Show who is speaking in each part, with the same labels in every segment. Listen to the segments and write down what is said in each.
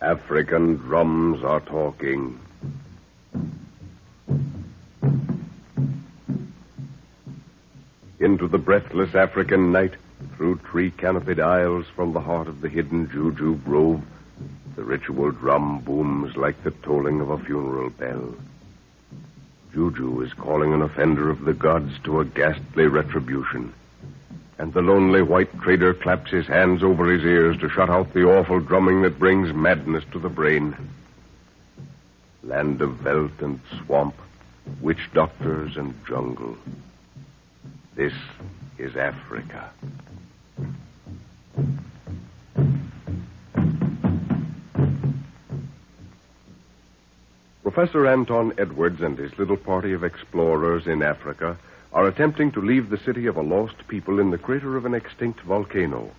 Speaker 1: African drums are talking. Into the breathless African night, through tree canopied aisles from the heart of the hidden Juju grove, the ritual drum booms like the tolling of a funeral bell. Juju is calling an offender of the gods to a ghastly retribution. And the lonely white trader claps his hands over his ears to shut out the awful drumming that brings madness to the brain. Land of veldt and swamp, witch doctors and jungle. This is Africa. Professor Anton Edwards and his little party of explorers in Africa are attempting to leave the city of a lost people in the crater of an extinct volcano.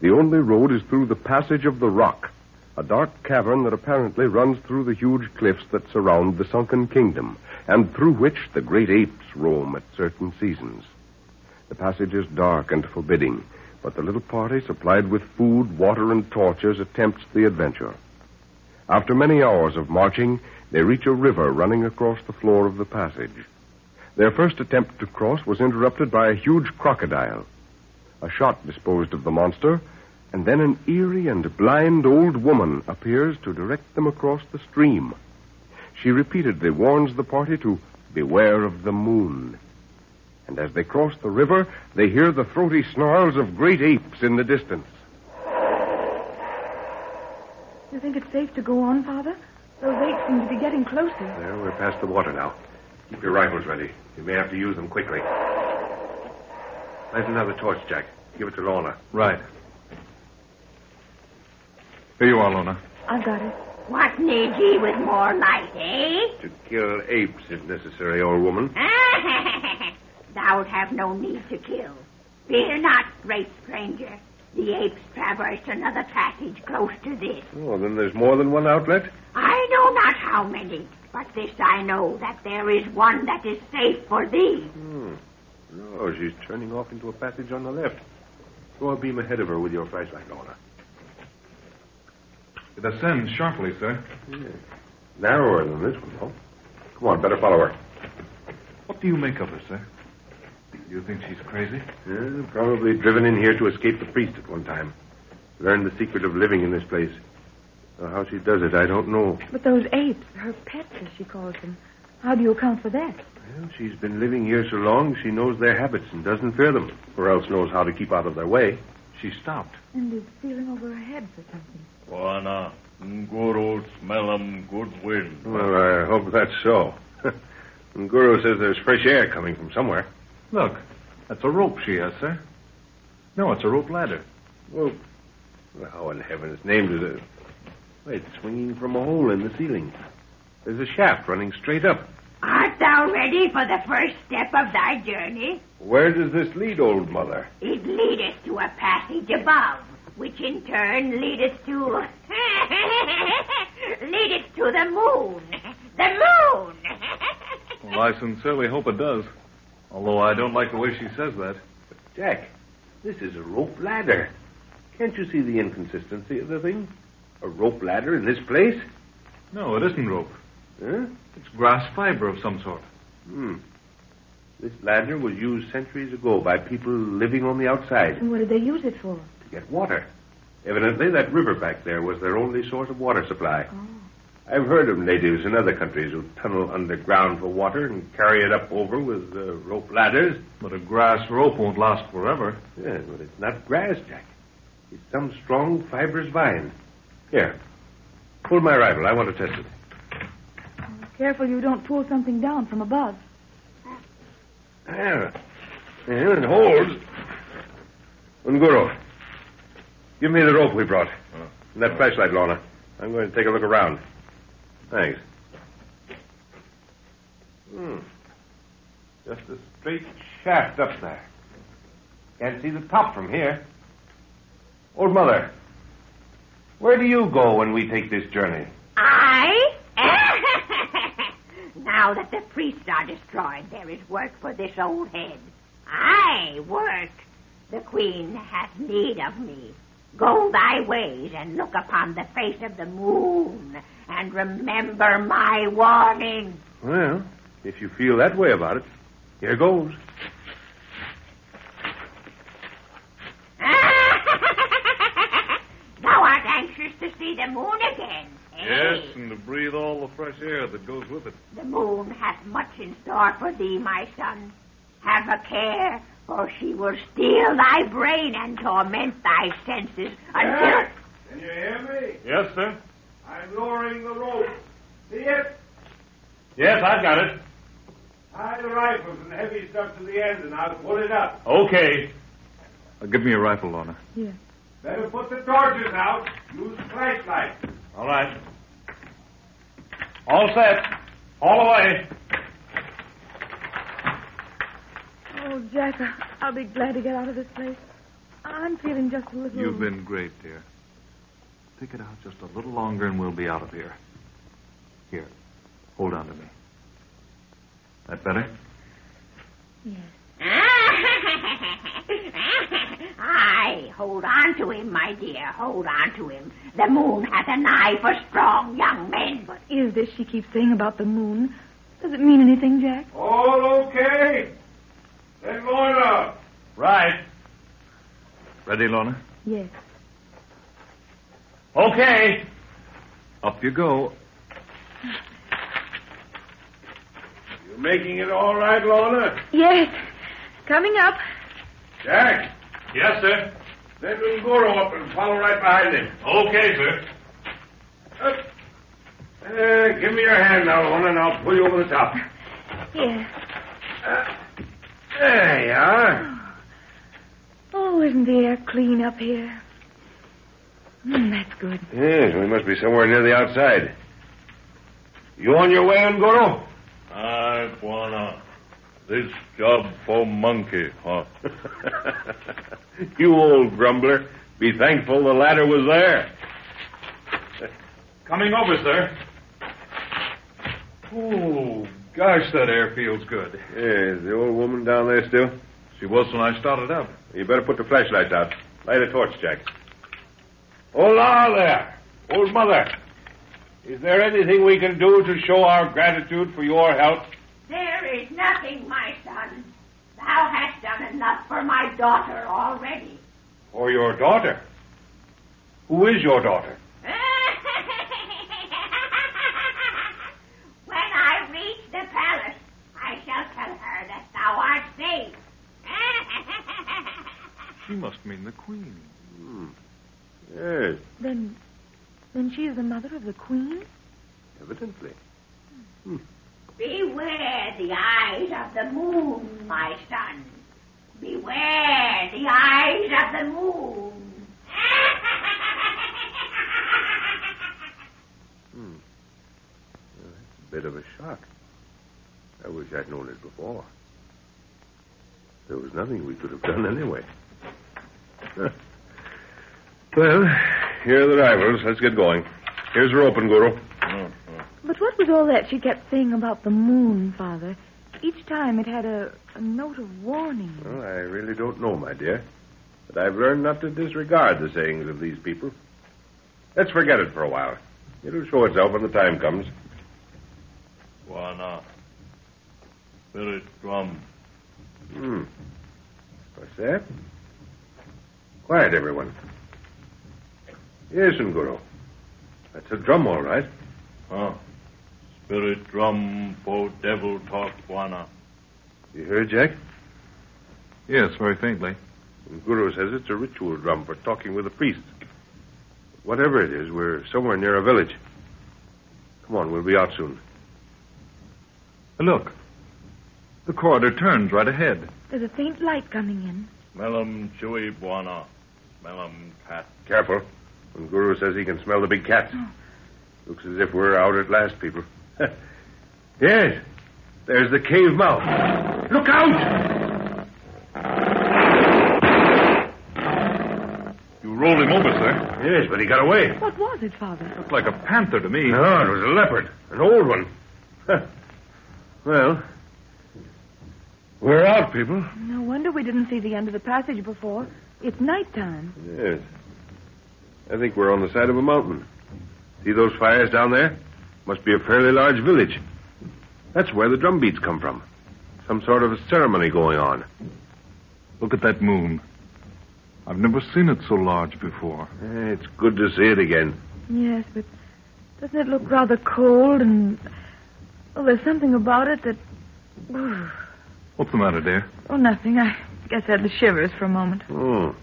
Speaker 1: The only road is through the passage of the rock, a dark cavern that apparently runs through the huge cliffs that surround the sunken kingdom, and through which the great apes roam at certain seasons. The passage is dark and forbidding, but the little party, supplied with food, water, and torches, attempts the adventure. After many hours of marching, they reach a river running across the floor of the passage. Their first attempt to cross was interrupted by a huge crocodile. A shot disposed of the monster, and then an eerie and blind old woman appears to direct them across the stream. She repeatedly warns the party to beware of the moon. And as they cross the river, they hear the throaty snarls of great apes in the distance.
Speaker 2: You think it's safe to go on, Father? Those apes seem to be getting closer.
Speaker 3: Well, we're past the water now. Keep your rifles ready. You may have to use them quickly. Light another torch, Jack. Give it to Lorna.
Speaker 4: Right. Here you are, Lona.
Speaker 2: I've got it.
Speaker 5: What needs ye with more light, eh?
Speaker 3: To kill apes, if necessary, old woman.
Speaker 5: Thou'lt have no need to kill. Fear not, great stranger. The apes traversed another passage close to this.
Speaker 3: Oh, then there's more than one outlet?
Speaker 5: I know not how many, but this I know that there is one that is safe for thee.
Speaker 3: No, Hmm. Oh, she's turning off into a passage on the left. Go a beam ahead of her with your flashlight, Lorna.
Speaker 4: It ascends sharply, sir.
Speaker 3: Narrower than this one, though. Come on, better follow her.
Speaker 4: What do you make of her, sir? Do you think she's crazy?
Speaker 3: Yeah, probably driven in here to escape the priest at one time. Learned the secret of living in this place. Uh, how she does it, I don't know.
Speaker 2: But those apes, her pets, as she calls them, how do you account for that?
Speaker 3: Well, she's been living here so long, she knows their habits and doesn't fear them, or else knows how to keep out of their way.
Speaker 4: She stopped.
Speaker 2: And is feeling over her head for something.
Speaker 6: Juana, good old smell 'em, good wind.
Speaker 3: Well, I hope that's so. Guru says there's fresh air coming from somewhere.
Speaker 4: Look, that's a rope she has, sir. No, it's a rope ladder.
Speaker 3: Well, how in heaven's name does it? Wait, it's swinging from a hole in the ceiling. There's a shaft running straight up.
Speaker 5: Art thou ready for the first step of thy journey?
Speaker 3: Where does this lead, old mother?
Speaker 5: It leadeth to a passage above, which in turn leadeth to. leadeth to the moon. The moon!
Speaker 4: Well, I sincerely hope it does. Although I don't like the way she says that.
Speaker 3: Jack, this is a rope ladder. Can't you see the inconsistency of the thing? A rope ladder in this place?
Speaker 4: No, it isn't rope.
Speaker 3: Huh?
Speaker 4: It's grass fiber of some sort.
Speaker 3: Hmm. This ladder was used centuries ago by people living on the outside
Speaker 2: And what did they use it for?
Speaker 3: to get water. Evidently, that river back there was their only source of water supply. I've heard of natives in other countries who tunnel underground for water and carry it up over with uh, rope ladders.
Speaker 4: But a grass rope won't last forever.
Speaker 3: Yeah, but it's not grass, Jack. It's some strong, fibrous vine. Here, pull my rifle. I want to test it.
Speaker 2: Careful you don't pull something down from above.
Speaker 3: There. There, it holds. Unguro, give me the rope we brought. And that flashlight, Lorna. I'm going to take a look around. Thanks. Hmm. Just a straight shaft up there. Can't see the top from here. Old mother, where do you go when we take this journey?
Speaker 5: I? now that the priests are destroyed, there is work for this old head. I work. The queen hath need of me. Go thy ways and look upon the face of the moon, and remember my warning.
Speaker 3: Well, if you feel that way about it, here goes.
Speaker 5: Thou art anxious to see the moon again. eh?
Speaker 4: Yes, and to breathe all the fresh air that goes with it.
Speaker 5: The moon hath much in store for thee, my son. Have a care, or she will steal thy brain and torment thy senses until.
Speaker 3: Can you hear me?
Speaker 4: Yes, sir.
Speaker 3: I'm lowering the rope. See it?
Speaker 4: Yes, I've got it.
Speaker 3: Tie the rifles and heavy stuff to the end, and I'll put it up.
Speaker 4: Okay. Uh, give me a rifle, Lorna.
Speaker 2: Here.
Speaker 3: Better put the torches out. Use flashlight.
Speaker 4: All right. All set. All away.
Speaker 2: Oh, Jack, I- I'll be glad to get out of this place. I'm feeling just a little.
Speaker 4: You've been great, dear. Stick it out just a little longer and we'll be out of here. Here. Hold on to me. That better?
Speaker 5: Aye, hold on to him, my dear. Hold on to him. The moon hath an eye for strong young men.
Speaker 2: What is this she keeps saying about the moon? Does it mean anything, Jack?
Speaker 3: All okay. Then Lorna.
Speaker 4: Right. Ready, Lorna?
Speaker 2: Yes.
Speaker 4: Okay. Up you go.
Speaker 3: You making it all right, Lorna?
Speaker 2: Yes. Coming up.
Speaker 3: Jack,
Speaker 4: Yes, sir.
Speaker 3: send Ngoro up and follow right behind him.
Speaker 4: Okay, sir.
Speaker 3: Up. Uh, give me your hand now, Lorna, and I'll pull you over the top.
Speaker 2: Yes.
Speaker 3: Uh, there you are.
Speaker 2: Oh, isn't the air clean up here? Mm, that's good.
Speaker 3: Yes, we must be somewhere near the outside. You on your way, Ngoro?
Speaker 6: I wanna. This job for monkey, huh?
Speaker 3: you old grumbler. Be thankful the ladder was there.
Speaker 4: Coming over, sir. Oh, gosh, that air feels good.
Speaker 3: Yeah, is the old woman down there still?
Speaker 4: She was when I started up.
Speaker 3: You better put the flashlights out. Light a torch, Jack. Hola there, old mother. Is there anything we can do to show our gratitude for your help?
Speaker 5: There is nothing, my son. Thou hast done enough for my daughter already.
Speaker 3: For your daughter? Who is your daughter?
Speaker 5: when I reach the palace, I shall tell her that thou art safe.
Speaker 4: She must mean the queen.
Speaker 3: Hmm. Yes,
Speaker 2: Then, then she's the mother of the queen?
Speaker 3: evidently.
Speaker 5: Beware the eyes of the moon, my son. Beware the eyes of the moon.
Speaker 1: Bit of a shock. I wish I'd known it before. There was nothing we could have done anyway.
Speaker 3: Well, here are the rivals. Let's get going. Here's the rope, Guru.
Speaker 2: But what was all that she kept saying about the moon, Father? Each time it had a, a note of warning.
Speaker 1: Well, I really don't know, my dear. But I've learned not to disregard the sayings of these people.
Speaker 3: Let's forget it for a while. It'll show itself when the time comes.
Speaker 6: Wanna. Spirit drum.
Speaker 1: Hmm. What's that? Quiet, everyone.
Speaker 3: Yes, Nguru. That's a drum, all right.
Speaker 6: Huh? Spirit drum for devil talk, Wanna.
Speaker 3: You heard, Jack?
Speaker 4: Yes, very faintly.
Speaker 3: Guru says it's a ritual drum for talking with a priest. Whatever it is, we're somewhere near a village. Come on, we'll be out soon.
Speaker 4: Look. The corridor turns right ahead.
Speaker 2: There's a faint light coming in.
Speaker 6: Melam chui, Wanna. Melam cat.
Speaker 3: Careful. When Guru says he can smell the big cat. Looks as if we're out at last, people. yes. There's the cave mouth. Look out!
Speaker 4: You rolled him over, sir.
Speaker 3: Yes, but he got away.
Speaker 2: What was it, Father?
Speaker 4: Looked like a panther to me.
Speaker 3: No, it was a leopard. An old one. Huh. well, we're out, people.
Speaker 2: No wonder we didn't see the end of the passage before. It's nighttime.
Speaker 3: Yes. I think we're on the side of a mountain. See those fires down there? Must be a fairly large village. That's where the drum beats come from. Some sort of a ceremony going on.
Speaker 4: Look at that moon. I've never seen it so large before.
Speaker 3: Eh, It's good to see it again.
Speaker 2: Yes, but doesn't it look rather cold and. Well, there's something about it that.
Speaker 4: What's the matter, dear?
Speaker 2: Oh, nothing. I guess I had the shivers for a moment.
Speaker 3: Oh.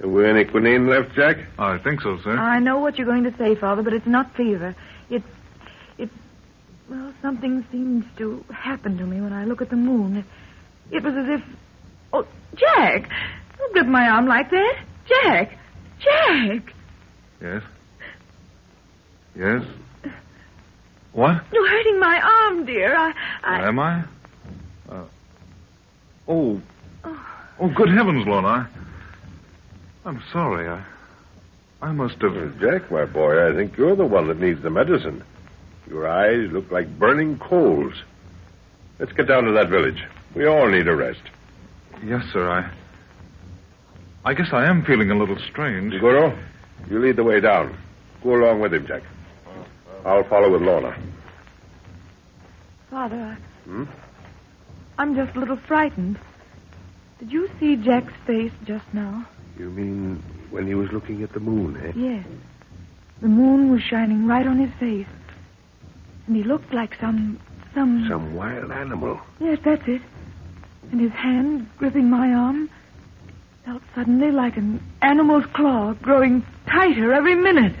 Speaker 3: Have we any quinine left, Jack?
Speaker 4: I think so, sir.
Speaker 2: I know what you're going to say, Father, but it's not fever. It. It. Well, something seems to happen to me when I look at the moon. It, was as if. Oh, Jack! Don't grip my arm like that. Jack! Jack!
Speaker 4: Yes? Yes? What?
Speaker 2: You're hurting my arm, dear. I. I...
Speaker 4: Am I? Uh, oh. Oh, good heavens, Lorna. I, I'm sorry. I, I must have.
Speaker 3: Jack, my boy, I think you're the one that needs the medicine. Your eyes look like burning coals. Let's get down to that village. We all need a rest.
Speaker 4: Yes, sir. I. I guess I am feeling a little strange.
Speaker 3: Goro, you lead the way down. Go along with him, Jack. I'll follow with Lorna.
Speaker 2: Father, I.
Speaker 3: Hmm?
Speaker 2: I'm just a little frightened. Did you see Jack's face just now?
Speaker 3: You mean when he was looking at the moon, eh?
Speaker 2: Yes. The moon was shining right on his face. And he looked like some. some.
Speaker 3: Some wild animal.
Speaker 2: Yes, that's it. And his hand gripping my arm felt suddenly like an animal's claw growing tighter every minute.